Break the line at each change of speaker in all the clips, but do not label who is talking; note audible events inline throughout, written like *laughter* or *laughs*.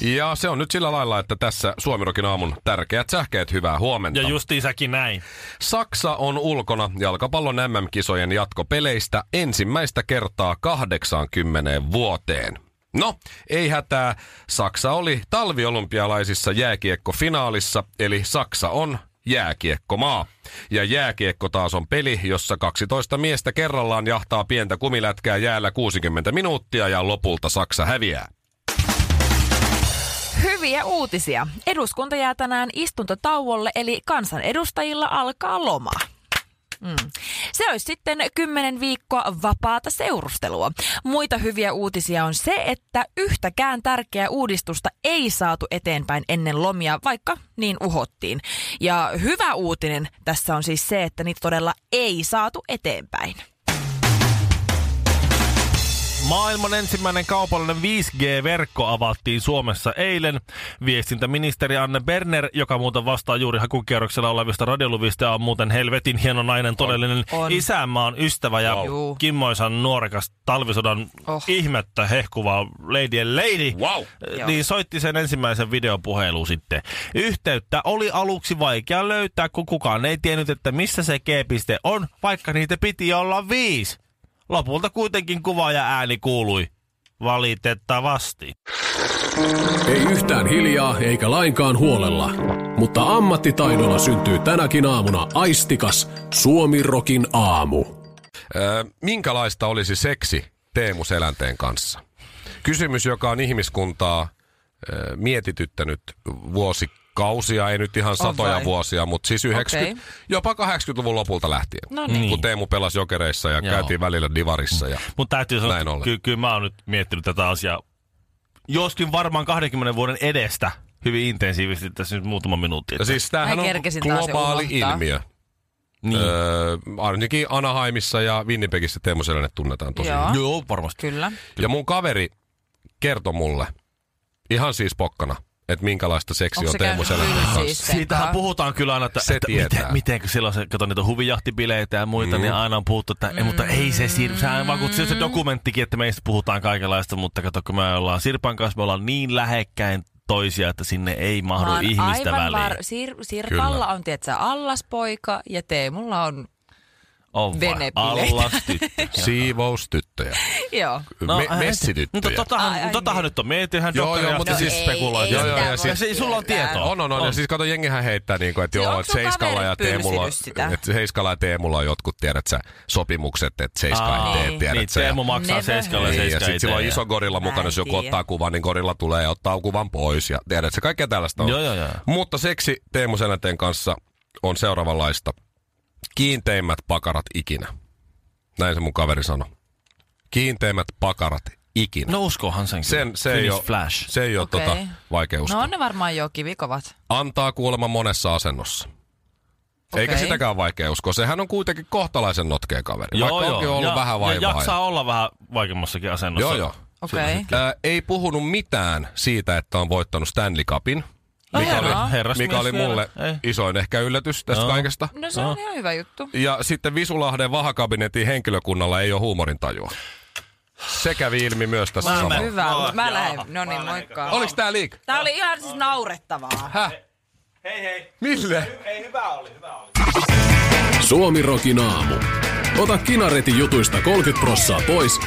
Ja se on nyt sillä lailla, että tässä Suomirokin aamun tärkeät sähkeet, hyvää huomenta.
Ja justiisäkin näin.
Saksa on ulkona jalkapallon MM-kisojen jatkopeleistä ensimmäistä kertaa 80 vuoteen. No, ei hätää. Saksa oli talviolympialaisissa jääkiekkofinaalissa, eli Saksa on jääkiekkomaa. Ja jääkiekko taas on peli, jossa 12 miestä kerrallaan jahtaa pientä kumilätkää jäällä 60 minuuttia ja lopulta Saksa häviää.
Hyviä uutisia. Eduskunta jää tänään istuntotauolle, eli kansanedustajilla alkaa loma. Mm. Se olisi sitten 10 viikkoa vapaata seurustelua. Muita hyviä uutisia on se, että yhtäkään tärkeää uudistusta ei saatu eteenpäin ennen lomia, vaikka niin uhottiin. Ja hyvä uutinen tässä on siis se, että niitä todella ei saatu eteenpäin.
Maailman ensimmäinen kaupallinen 5G-verkko avattiin Suomessa eilen. Viestintäministeri Anne Berner, joka muuten vastaa juuri hakukierroksella olevista radioluvista ja on muuten helvetin hieno nainen, todellinen
On.
on. isänmaan ystävä ja
Juu.
kimmoisan nuorekas talvisodan
Oh.
oh. ihmettä hehkuva lady and lady.
Wow!
Joo.
Niin soitti sen ensimmäisen videopuhelun sitten. Yhteyttä oli aluksi vaikea löytää, kun kukaan ei tiennyt, että missä se G-piste on, vaikka niitä piti olla viisi. Lopulta kuitenkin kuva ja ääni kuului. Valitettavasti.
Ei yhtään hiljaa eikä lainkaan huolella, mutta ammattitaidolla syntyy tänäkin aamuna aistikas Suomirokin aamu.
Öö, minkälaista olisi seksi Teemu Selänteen kanssa? Kysymys, joka on ihmiskuntaa öö, mietityttänyt vuosikausia, ei nyt ihan satoja
vai?
vuosia, mutta siis 90, okay. jopa 80-luvun lopulta lähtien.
No niin.
Kun Teemu pelasi jokereissa ja Joo.
Joo.
käytiin välillä divarissa. Ja...
Mutta täytyy sanoa,
Näin ollen.
että ky- kyllä mä oon nyt miettinyt tätä asiaa. Joskin varmaan 20 vuoden edestä hyvin intensiivisesti tässä nyt muutama minuutti.
Ja siis tämähän
Mä
on
kerkesin taas jo
globaali
unohtaa.
ilmiö. Niin. Öö, ainakin Anaheimissa ja Winnipegissä Teemu Selänne tunnetaan tosi
Joo.
hyvin.
Joo, varmasti.
Kyllä.
Ja mun kaveri kertoi mulle, ihan siis pokkana, että minkälaista seksi
Onko
on
se
Teemu
käynyt
Selänteen
kyllä
kanssa.
siis?
Siitähän
Aha.
puhutaan kyllä aina, että,
Se
että
tietää.
miten, mitenkö silloin se, kato niitä huvijahtibileitä ja muita, mm. niin aina on puhuttu, että ei, mutta ei se Sirpa, sehän vakuutti se on se dokumenttikin, että meistä puhutaan kaikenlaista, mutta kato, kun me ollaan Sirpan kanssa, me ollaan niin lähekkäin toisia, että sinne ei mahdu
Mä oon
ihmistä väliin.
aivan var... Sir- Sirpalla
Kyllä.
on, tiedätkö, allaspoika ja Teemulla on, *laughs*
on
venebileitä. *laughs*
allastyttö.
siis?
Siivoustyttöjä.
joo.
No, Me-
äh, Mutta
messityttöjä.
totahan,
Ai, ai
totahan
niin.
nyt on mietihän
Joo, joo, mutta
No
siis
ei,
spekuloidaan.
ei
Joo, joo,
sitä
ja
voi
siis-
Ja sulla on
tietää.
tietoa.
On, on, on. Ja siis kato, jengihän heittää niin kuin, että
Siis
joo,
onko
että
sun
Seiskalla ja,
kaverit
Teemulla,
pylsinyt sitä?
että Seiskalla ja Teemulla on jotkut, tiedät sä, sopimukset, että Seiska ei
Aa,
tee,
Niin.
tiedät
niin,
sä. ja-
Teemu maksaa
Never
seiskalle
Niin,
ja
ja
seiska
sitten
ei
sillä on
tee.
iso gorilla
Mä en
mukana, jos joku
tiedä.
ottaa kuvan, niin gorilla tulee ja ottaa kuvan pois. Ja tiedät, se kaikkea tällaista on.
Joo, joo, joo.
Mutta seksi Teemu Selänteen kanssa on seuraavanlaista. Kiinteimmät pakarat ikinä. Näin se mun kaveri sanoi. Kiinteimmät pakarat ikinä.
No uskohan sen.
sen, se, ei
Finish
ole,
Flash.
se ei ole
Okei.
tota, vaikea uskoa.
No on ne varmaan jo kivikovat.
Antaa kuulemma monessa asennossa. Eikä
Okei.
sitäkään vaikea uskoa. Sehän on kuitenkin kohtalaisen notkea kaveri. vaikka onkin ollut
ja,
vähän vaivaa.
Ja jaksaa olla vähän vaikeammassakin asennossa.
Joo, joo.
Okei. Okay.
Ää, ei puhunut mitään siitä, että on voittanut Stanley Cupin,
No,
mikä
herra.
oli,
Herrasmies
mikä oli
vielä.
mulle
Ei.
isoin ehkä yllätys tästä
Joo.
kaikesta.
No se on ihan hyvä juttu.
Ja sitten Visulahden vahakabinetin henkilökunnalla ei ole huumorintajua. Se kävi ilmi myös tässä
Mä-
samalla.
mä-
Hyvä.
Joo,
mä
joo.
lähden. No niin, moikka.
Oliko tää liik?
Tää oli ihan siis naurettavaa.
Häh?
Hei hei.
Mille?
Ei, hyvä oli, hyvä oli.
Suomirokin aamu. Ota kinaretin jutuista 30 prossaa pois,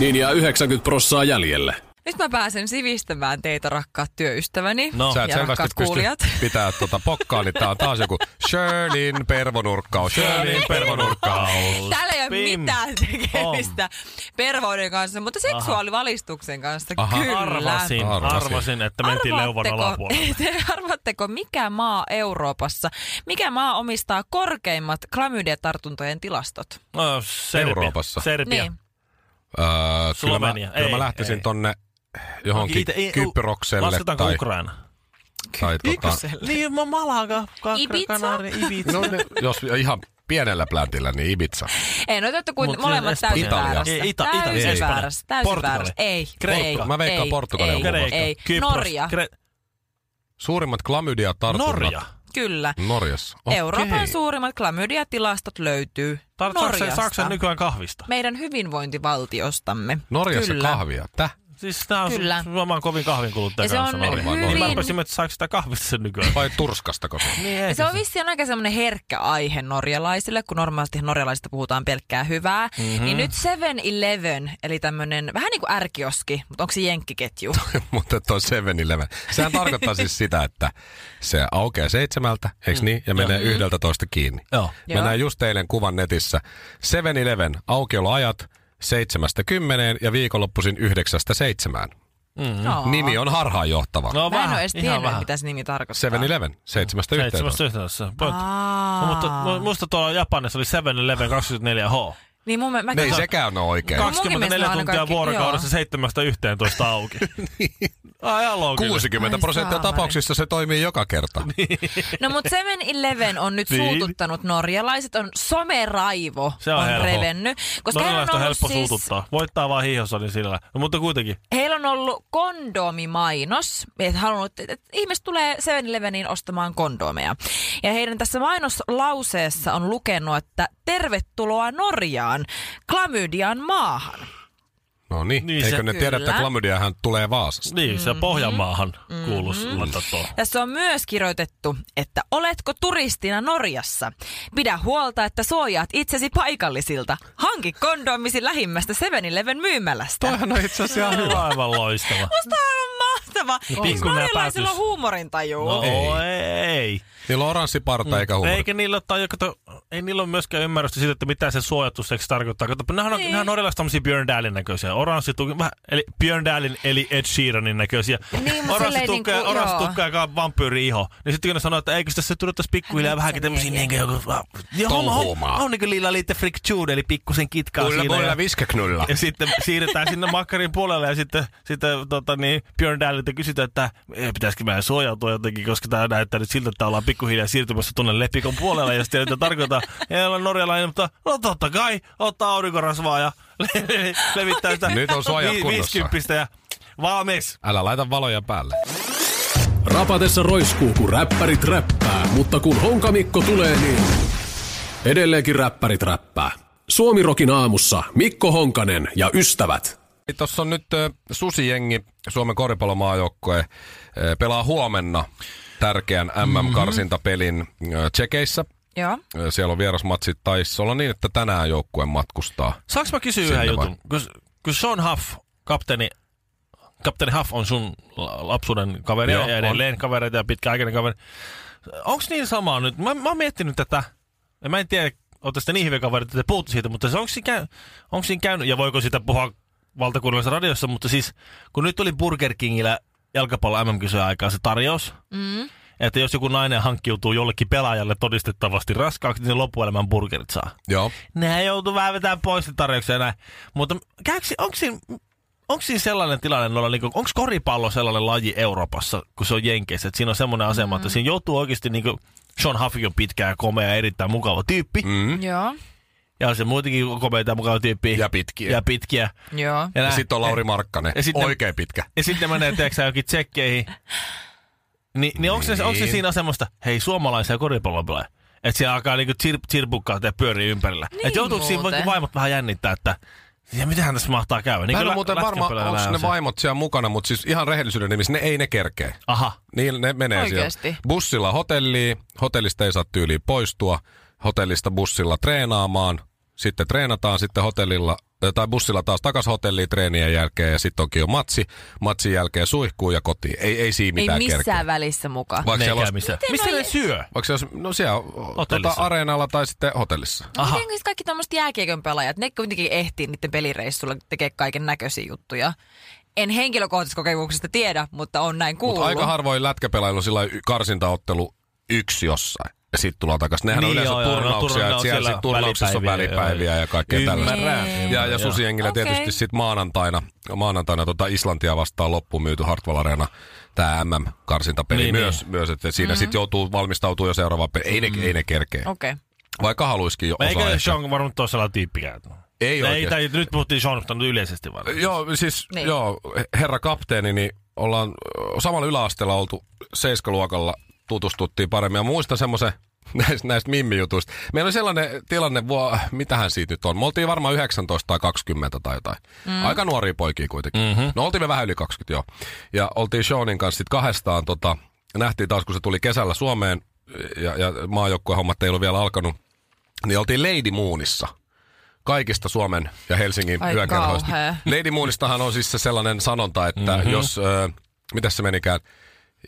niin jää 90 prossaa jäljelle.
Nyt mä pääsen sivistämään teitä, rakkaat työystäväni.
No.
Sä et
ja
selvästi
rakkaat
pysty
kuulijat. *laughs*
pitää tuota pokkaa, niin tää on taas joku Shirleyn pervonurkkaus, Shirleyn pervonurkkaus.
Täällä ei ole
Pim.
mitään tekemistä pervoiden kanssa, mutta seksuaalivalistuksen kanssa
Aha.
kyllä.
Arvasin,
Arvasin.
arvasin, arvasin että mentiin leuvan
Arvaatteko,
alapuolelle.
*laughs* te arvaatteko, mikä maa Euroopassa, mikä maa omistaa korkeimmat klamydiatartuntojen tilastot?
No, Serbia.
Euroopassa.
Serbia.
Niin.
Öö, kyllä, mä,
Slovenia.
kyllä mä
Ei,
lähtisin
ei.
tonne johonkin
Kiitä- ei-
Kyprokselle
Lasketaanko
tai,
Ukraina?
tai tota,
Niin, mä Malaga, Kakra,
Ibiza?
Kanaari, Ibiza.
no, ne, jos ihan pienellä plätillä, niin Ibiza.
Ei, no otettu kuin
Mut
molemmat
siinä on Espanja.
täysin väärässä.
Ei, Ita- Italia,
täysin
Espanja.
väärässä. Täysin
Portugali.
väärässä. Ei,
Kreikka.
ei,
Mä veikkaan
ei,
Portugalia
ei,
muun muassa.
Ei,
Kypros,
Norja,
Kre-
Suurimmat klamydia tartunnat
Norja.
kyllä.
Norjassa.
Euroopan suurimmat klamydiatilastot löytyy
Tarvitaanko se
Norjasta.
Saksan nykyään kahvista?
meidän hyvinvointivaltiostamme.
Norjassa
Kyllä.
kahvia. Täh?
Siis tää on
Kyllä.
Kyllä. Suomaan kovin kahvin kuluttaja
Ja se on
Norja.
hyvin...
Norja.
Niin mä rupesin, että saako sitä kahvista sen
*laughs*
nykyään?
Vai Turskastako se?
niin,
Ja se on vissiin aika semmoinen herkkä aihe norjalaisille, kun normaalisti norjalaisista puhutaan pelkkää hyvää. Mm-hmm.
Mhm.
Niin nyt 7-Eleven, eli tämmöinen vähän niin kuin ärkioski, mutta onko se jenkkiketju?
*laughs* Mutta toi 7-Eleven. Sehän tarkoittaa siis sitä, että se aukeaa seitsemältä, eikö niin? Ja menee yhdeltä toista kiinni.
Joo.
Mä
Mm. Joo.
näin just eilen kuvan netissä. 7-Eleven aukioloajat seitsemästä kymmeneen ja viikonloppuisin yhdeksästä seitsemään.
*laughs* Aa.
Nimi on harhaanjohtava.
No
No, Mä en
vähän,
ole edes
Mhm. ihan
tiennyt,
vähän.
mitä se nimi tarkoittaa.
7-Eleven, seitsemästä yhteen.
Seitsemästä yhteydessä. But,
Aa.
no, mutta mu- musta tuolla Japanissa oli 7-Eleven 24H.
Niin mun, mä,
Ne ei
mä-
sekään ole oikein.
Kaks- mielestä
24
ne on
tuntia
kaikki-
vuorokaudessa
joo.
seitsemästä yhteen toista
*laughs*
auki. Niin. Ai ihan looginen.
60
Ai
prosenttia
saamari.
tapauksista se toimii joka kerta.
*laughs*
No mutta 7-Eleven on nyt
Niin.
suututtanut norjalaiset, on someraivo
Se on helppo.
revennyt. Koska heillä on,
Norjalaiset on
ollut
helppo
siis,
suututtaa. Voittaa vaan hiihossa, niin sillä. No, mutta kuitenkin.
heillä on ollut kondomimainos, että halunnut, että ihmiset tulee 7-Eleveniin ostamaan kondomeja. Ja heidän tässä mainoslauseessa on lukenut, että tervetuloa Norjaan, klamydian maahan.
No niin,
Niin se-
eikö ne tiedä, että
Kyllä.
klamydiahan tulee Vaasasta?
*laughs* Niin,
Mm-hmm.
se Pohjanmaahan kuuluisi laittaa tuo.
Tässä on myös kirjoitettu, että oletko turistina Norjassa? Pidä huolta, että suojaat itsesi paikallisilta. Hanki kondomisi lähimmästä 7-Eleven myymälästä.
Toihan
No
on itse asiassa ihan hyvä.
Aivan loistava.
Musta on mahtava. Eikö
No, pikku
norjalaisilla
näpäytys.
on huumorintaju?
No ei. ei. No
Niillä on oranssi parta eikä huumori.
Mm. Eikä niillä, tai kato, ei niillä ole myöskään ymmärrystä siitä, että mitä se suojattu seksi tarkoittaa. Kato, nämä on,
Niin.
niin. on norjalaiset tämmöisiä Björn Dahlin näköisiä. Oranssi tuki, vähän, eli Björn Dahlin eli Ed Sheeranin näköisiä.
Niin, mut
oranssi
silleen
tukka,
niinku,
oranssi
joo.
tukka ja vampyyri iho. Niin sitten kun ne sanoo, että eikö tässä tulottaisi pikkuhiljaa
Hän
vähänkin
itse
tämmöisiä
mietin.
niin joku... va- Ja on, on,
Touhuumaa.
on niin kuin lilla liitte friktude, eli pikkusen kitkaa siinä. ja-
viskeknulla.
ja sitten siirretään sinne makkarin puolelle ja sitten, sitten tota, niin Björn Dahlilta kysytään, että eh, pitäisikö meidän suojautua jotenkin, koska tämä näyttää nyt siltä, että ollaan pikkuhiljaa siirtymässä tuonne lepikon puolelle. Ja sitten että tarkoittaa, ei ole norjalainen, mutta no totta kai, ottaa aurinkorasvaa ja *laughs* le- le- levittää sitä
Nyt on suojat
vi-
kunnossa.
viisikymppistä ja valmis.
Älä laita valoja päälle.
Rapatessa roiskuu, kun räppärit räppää, mutta kun Honkamikko tulee, niin edelleenkin räppärit räppää. Suomirokin aamussa Mikko Honkanen ja ystävät.
Tuossa Niin, on nyt ö, Susijengi, Suomen koripallomaajoukkue, ö, pelaa huomenna tärkeän
Mm-hmm.
MM-karsintapelin ö, Tsekeissä.
Joo.
Ö, Siellä on vierasmatsit, taisi olla niin, että tänään joukkue matkustaa.
Saanko mä kysyä
Sinne
yhden
vaan.
jutun? Kun, kun Sean Huff, kapteeni, kapteeni Huff on sun la- lapsuuden kaveri
Joo,
Joo, ja edelleen kavereita ja pitkäaikainen kaveri. Onko niin samaa nyt? Mä, mä oon miettinyt tätä. Ja mä en tiedä, ootte sitten niin hyviä kavereita, että te puhutte siitä, mutta onko siinä, käy, onko siinä käynyt, ja voiko sitä puhua valtakunnallisessa radiossa, mutta siis kun nyt oli Burger Kingillä jalkapallo MM-kisojen aikaa se tarjous,
Mm.
että jos joku nainen hankkiutuu jollekin pelaajalle todistettavasti raskaaksi, niin se loppuelämän burgerit saa
Joo.
nehän joutuu vähän vetämään pois sen tarjouksen ja näin. Mutta käykö, onko siinä, onko siinä sellainen tilanne, noilla, niin onko koripallo sellainen laji Euroopassa, kun se on Jenkeissä, että siinä on semmoinen asema, mm. että siinä joutuu oikeasti niin kuin, Sean Huffy on pitkä ja komea ja erittäin mukava tyyppi. Mm.
Mm.
Joo.
Ja on se muutenkin komeita ja mukava tyyppi.
Ja pitkiä.
Eh, Ja pitkiä.
Joo.
Ja,
Ja
nää-
sitten on Lauri Markkanen,
Ja sitten-
oikein pitkä.
ja sitten menee, tiedätkö jokin tsekkeihin. Ni, niin onko, se, onko se
Niin.
siinä asemasta, hei suomalaisia koripallopelaajia? Että siellä alkaa niinku tsir, tsirpukkaa ja pyörii ympärillä.
Niin
että joutuuko siinä
muuten.
vaikka vaimot vähän jännittää, että ja mitähän tässä mahtaa käydä? Niin
Mä en
kuin
ole
lä-
muuten varma,
lätkäpelaajalla
onko ne
se-
vaimot siellä mukana, mutta siis ihan rehellisyyden nimissä, ne ei ne kerkee.
Aha.
Niin ne menee
Oikeesti?
siellä. Bussilla hotelliin, hotellista ei saa tyyliin poistua, hotellista bussilla treenaamaan, sitten treenataan sitten hotellilla ö, tai bussilla taas takas hotelliin treenien jälkeen ja sitten onkin jo matsi. Matsin jälkeen suihkuu ja kotiin. Ei, ei siinä
Ei
mitään
missään
kerkeä.
välissä mukaan.
Vaikka
Ne
siellä
käy
olisi,
missä. Missä ne syö?
vaikka siellä olisi, no siellä tota,
Hotellissa.
areenalla tai sitten hotellissa.
Aha.
Aha.
Miten siis kaikki tuommoiset jääkiekon pelaajat, ne kuitenkin ehtii niiden pelireissulla tekee kaiken näköisiä juttuja. En henkilökohtaisesta kokemuksesta tiedä, mutta on näin kuullut.
Mutta aika harvoin lätkäpelailu sillä lailla y- karsintaottelu yksi jossain. ja sitten tullaan takaisin. Nehän niin, on
Niin,
yleensä
joo,
joo,
joo, no
turnauksia,
turnaus
että siellä
siellä
sit turnauksissa on
välipäiviä,
välipäiviä
joo,
ja kaikkea
joo.
tällaista.
Niin.
Ymmärrän.
Ja, ja
Joo.
Susiengillä
Okei.
tietysti sitten maanantaina, maanantaina tota Islantia vastaan loppuun myyty Hartwall Arena, tämä MM-karsintapeli
Niin, Mm-hmm.
niin, myös, niin. myös, että siinä mm. sitten joutuu valmistautumaan jo seuraavaan peliin. Ei, ne, ei ne kerkeä.
Okei. Okay.
Vaikka haluisikin jo osaa
Mm-hmm. Eikä
ehkä.
Sean varmaan ole sellainen tyyppikään.
Ei
ei,
oikeesti.
tai, nyt puhuttiin Sean, mutta nyt yleisesti vaan.
Joo, siis
Niin.
niin. joo, herra kapteeni, niin ollaan ö, samalla yläasteella oltu seiskaluokalla, tutustuttiin paremmin. Ja muistan semmoisen *laughs* näistä, näistä mimmijutuista. Meillä oli sellainen tilanne, vuo, mitähän siitä nyt on. Me oltiin varmaan 19 tai 20 tai jotain. Mm. Aika nuoria poikia kuitenkin. Mm-hmm. No oltiin me vähän yli 20, joo. Ja oltiin Seanin kanssa sitten kahdestaan, tota, nähtiin taas kun se tuli kesällä Suomeen ja, ja maajoukkuehommat ei ollut vielä alkanut. Niin oltiin Lady Moonissa kaikista Suomen ja Helsingin
Ai
hyökkäyhoista.
kauhea.
Lady Moonistahan on siis se sellainen sanonta, että mm-hmm. jos, äh, mitäs se menikään,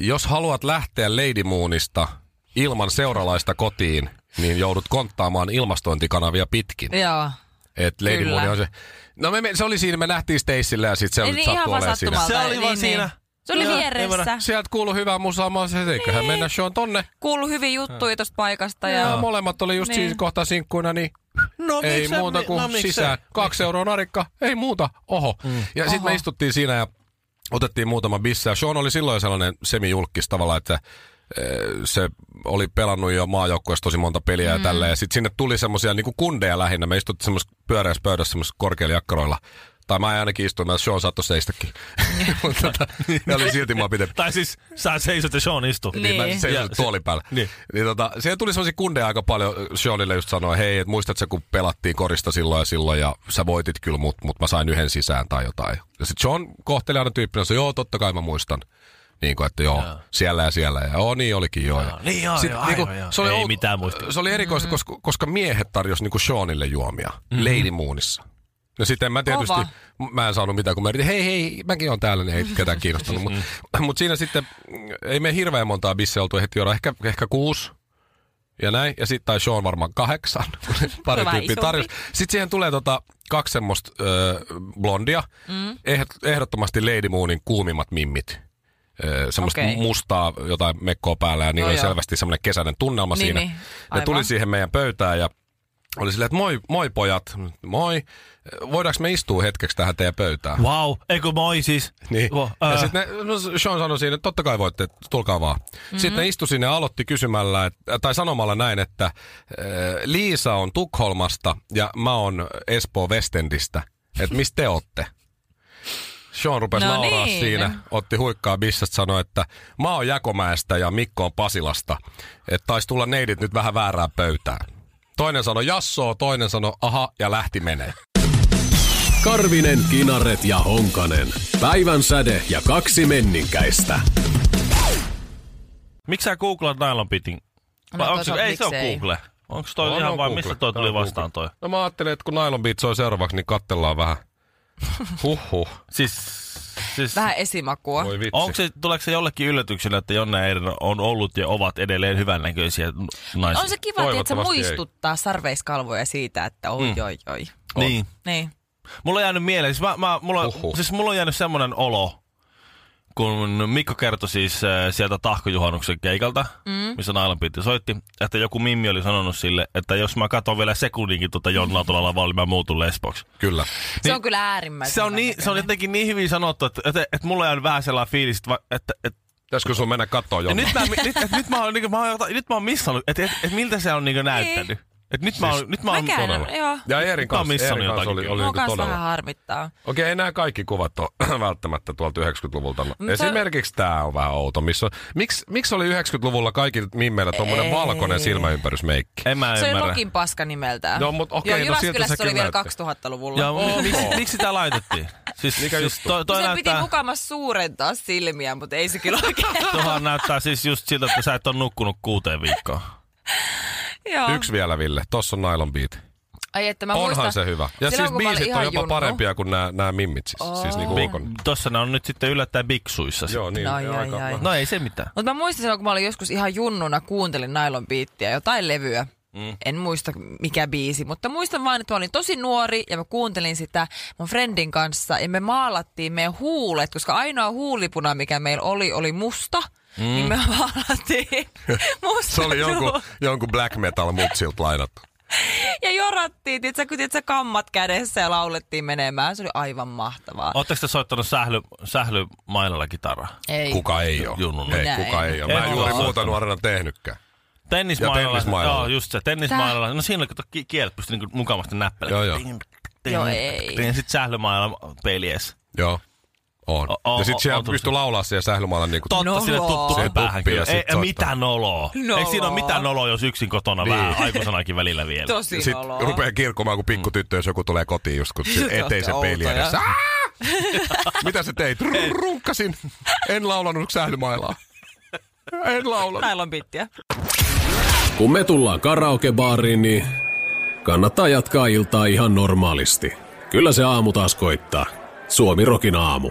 jos haluat lähteä Lady Moonista ilman seuralaista kotiin, niin joudut konttaamaan ilmastointikanavia pitkin.
Joo.
Et Lady
kyllä.
Moon on se. No me, me, se oli siinä, me nähtiin Stacelle ja sitten se
Eli
oli
Niin, ihan
sattu olemaan siinä.
vaan sattumalta.
Se oli vaan
Niin,
siinä.
niin. Se oli
Joo,
vieressä.
ei voida-
Sieltä kuuluu hyvää musaa, mä oon se, että
Niin.
eiköhän mennä Sean tonne.
Kuuluu hyviä juttuja tuosta paikasta.
Ja,
Ja...
molemmat oli just
Niin.
niin. siinä kohtaa sinkkuina, niin
No,
ei muuta kuin sisään. Kaksi euroa narikka, ei muuta, oho. Niin. Mm. Ja sitten me istuttiin siinä ja otettiin muutama bisse. Ja Sean oli silloin sellainen semijulkkis tavallaan, että eh, se oli pelannut jo maajoukkueessa tosi monta peliä mm. ja tälleen. Ja sitten sinne tuli semmoisia niinku kundeja lähinnä. Me istuttiin semmoisessa pyöreässä pöydässä semmoisessa korkeilla jakkaroilla. Tai mä ainakin istuin, mä Sean saattoi *laughs* seistäkin. Mutta tota, ne oli silti mua pidempi.
Tai siis sä seisot ja Sean istuu.
Niin,
Niin.
niin mä
Ja
seisoin
se-
tuolin päällä.
niin.
Niin. niin tota, siellä tuli sellaisia kundeja aika paljon. äh, Seanille just sanoi, hei, et muistatko sä, kun pelattiin korista silloin ja silloin ja sä voitit kyllä mut, mut mä sain yhden sisään tai jotain. Ja sit Sean kohteli aina tyyppinä, se joo, totta kai mä muistan. Niin kuin, että joo, ja. siellä ja siellä. Ja joo, niin olikin joo. Ja.
Niin joo,
Sit
joo,
niinku,
aivan joo.
se oli
Ei
outo-
mitään muistia.
Äh, Se oli erikoista, koska, koska miehet tarjosi niinku Seanille juomia mm-hmm. Lady Moonissa. No sitten mä tietysti,
Kova.
m- mä en saanut mitään, kun mä yritin, hei hei, mäkin on täällä, niin ei ketään kiinnostanut. Mutta mut siinä sitten, mm, ei me hirveän montaa bisseä oltu ehti juoda, ehkä, ehkä kuusi ja näin. Ja sitten tai Sean varmaan kahdeksan, *laughs* kun se pari
Vähän
tyyppiä
isompi.
tarjosi. Sitten siihen tulee tota, kaksi semmoista ö, blondia, mm. ehdottomasti Lady Moonin kuumimmat mimmit. Ö, semmoista
Okei.
okay. mustaa jotain mekkoa päällä ja niillä
No
no oli
joo.
selvästi semmoinen kesäinen tunnelma
Niin,
siinä.
niin.
Ne
Aivan.
tuli siihen meidän pöytään ja oli silleen, että moi, moi pojat, moi. Voidaanko me istua hetkeksi tähän teidän pöytään?
Wow, eikö moi siis?
Niin.
Wow,
Ja
ää,
sitten ne, no Sean sanoi siinä, että totta kai voitte, että tulkaa vaan. Mm-hmm. Sitten ne istui sinne ja aloitti kysymällä, et, tai sanomalla näin, että äh, Liisa on Tukholmasta ja mä oon Espoo Westendistä. Että mistä te ootte? Sean rupesi
No
no nauraa
niin.
niin. siinä, otti huikkaa bissasta, sanoi, että mä oon Jakomäestä ja Mikko on Pasilasta. Että taisi tulla neidit nyt vähän väärää pöytään. Toinen sanoi jassoo, toinen sanoi aha ja lähti menee.
Karvinen, Kinaret ja Honkanen. Päivän säde ja kaksi menninkäistä.
Miksi sä googlaat nylon pitin?
No,
Vai onko
toisaalta
se, ei se on
miksei.
Google. Onko toi
On,
ihan
on
vai
Google.
missä toi
Tää
tuli
on
vastaan toi?
No mä ajattelin, että kun Nylon Beat soi seuraavaksi, niin kattellaan
*laughs*
vähän. Huhhuh,
Siis, siis
Vähän esimakua.
voi vitsi.
onko se, tuleeko se jollekin yllätyksenä, että Jonna ja Erin on ollut ja ovat edelleen hyvännäköisiä n- naisia?
On se kiva, että se
Toivottavasti ei.
muistuttaa sarveiskalvoja siitä, että oi, mm. oi, oi.
Niin.
Niin.
Mulla on jäänyt mieleen, siis, mä, mä, mulla,
Huhhuh.
siis mulla on jäänyt semmoinen olo, kun Mikko kertoi siis äh, sieltä Tahkojuhannuksen keikalta, mm. missä Nailan Pitti soitti, että joku Mimmi oli sanonut sille, että jos mä katson vielä sekunninkin tuota Jonnaa tuolla lavalla, niin mä muutun lesboksi.
Kyllä.
Se on kyllä äärimmäisen
Se on, niin, se on jotenkin niin hyvin sanottu, että, että, että mulla on vähän sellainen fiilis, että, va- että, että
Pitäisikö sun mennä kattoo
ja
Jonna?
nyt, mä, nyt, et, nyt, mä oon, niin, mä oon, jota- nyt mä oon missannut, että, että, että miltä se on niin näyttänyt. Että nyt mä oon, nyt mä oon
Mäkään en- joo.
Siis- Ja Eerin
Mä oon
kanssa,
missannut
Eerin kanssa
jotakin
oli,
kyllä.
oli
Mua
niinku
kanssa vähän
todella.
harmittaa.
Okei, ei nämä kaikki kuvat ole *clears throat* välttämättä tuolta 90-luvulta.
Mutta-
Mutta... Esimerkiksi tämä on vähän outo. Missä... Miksi miks oli 90-luvulla kaikilla mimmeillä tuommoinen
Ei.
valkoinen silmäympärysmeikki?
En mä
Se oli
ymmärrä.
Lokin paska nimeltään.
No, mut okei,
Joo,
no siltä
Jyväskylässä se
sekin
oli vielä
näytti.
2000-luvulla.
Ja mi- miksi, miksi tää laitettiin? Siis,
Mikä
siis
juttu?
Toi,
Kun
toi
sen piti
näyttää,
mukamas suurentaa silmiä, mutta ei se kyllä
*laughs*
oikein.
Tuohan näyttää siis just siltä, että sä et ole nukkunut kuuteen viikkoon.
Joo.
*laughs* Yksi vielä, Ville. Tossa on Nylon Beat.
Ai että mä
Onhan
muistan,
se hyvä. Ja
silloin, kun
siis
mä olin
biisit on
ihan
jopa
junnu.
parempia kuin nämä mimmit siis. Siis niinku
Big,
ulkona.
tossa ne on nyt sitten yllättäen biksuissa. sit.
Joo, niin.
Ai, ai,
aika-
ai.
No ei se mitään.
Mutta mä muistan silloin, kun mä olin joskus ihan junnuna, kuuntelin nailon biittiä, jotain levyä. Mm. En muista mikä biisi, mutta muistan vaan, että mä olin tosi nuori ja mä kuuntelin sitä mun friendin kanssa ja me maalattiin meidän huulet, koska ainoa huulipuna, mikä meillä oli, oli musta. Mm. Niin me *laughs* maalattiin musta
*laughs* Se oli
*laughs*
jonkun, jonkun black metal mutsilta lainattu.
ja jorattiin, tietsä, kun tietsä, kammat kädessä ja laulettiin menemään. Se oli aivan mahtavaa.
Oletteko te soittanut sähly, sählymailalla kitaraa?
Ei.
Kuka ei ole.
Junnun.
Ei,
Minä
kuka
en.
ei ole. Mä
En
en juuri
ole.
muuta nuorena tehnytkään.
Tennismailalla.
Ja tennismailalla.
Joo, just se. Tennismailalla. No siinä oli, kato, ki- kielet pystyi niinku mukavasti näppelemään.
Joo, joo.
Ting,
Joo,
ting,
ei.
ting. Ja sitten sählymailalla peilies.
Joo. On.
O- o-
ja sit
o-
siellä
on tullut
pystyy laulaa siellä sählymaalla niinku...
Totta,
Noloo.
sille tuttu
Se
se päähän
puppii ja
kyllä.
sit
Ei, ei
soittaa.
mitään noloa.
Noloo.
Eikö siinä ole mitään noloa, jos yksin kotona
Niin.
vähän, aikuisenakin välillä vielä?
Tosi
Sitten
noloa.
rupeaa kirkkomaan, kun pikku tyttö, jos joku tulee kotiin just kun
Te ootte
eteisen peili
outoja.
edessä.
*laughs*
Aa! Mitä sä teit? Rrr, Runkkasin. En laulanut sählymailaa. En laulanut.
Näillä on pittiä.
Kun me tullaan karaokebaariin, niin kannattaa jatkaa iltaa ihan normaalisti. Kyllä se aamu taas koittaa. Suomi Rokin aamu.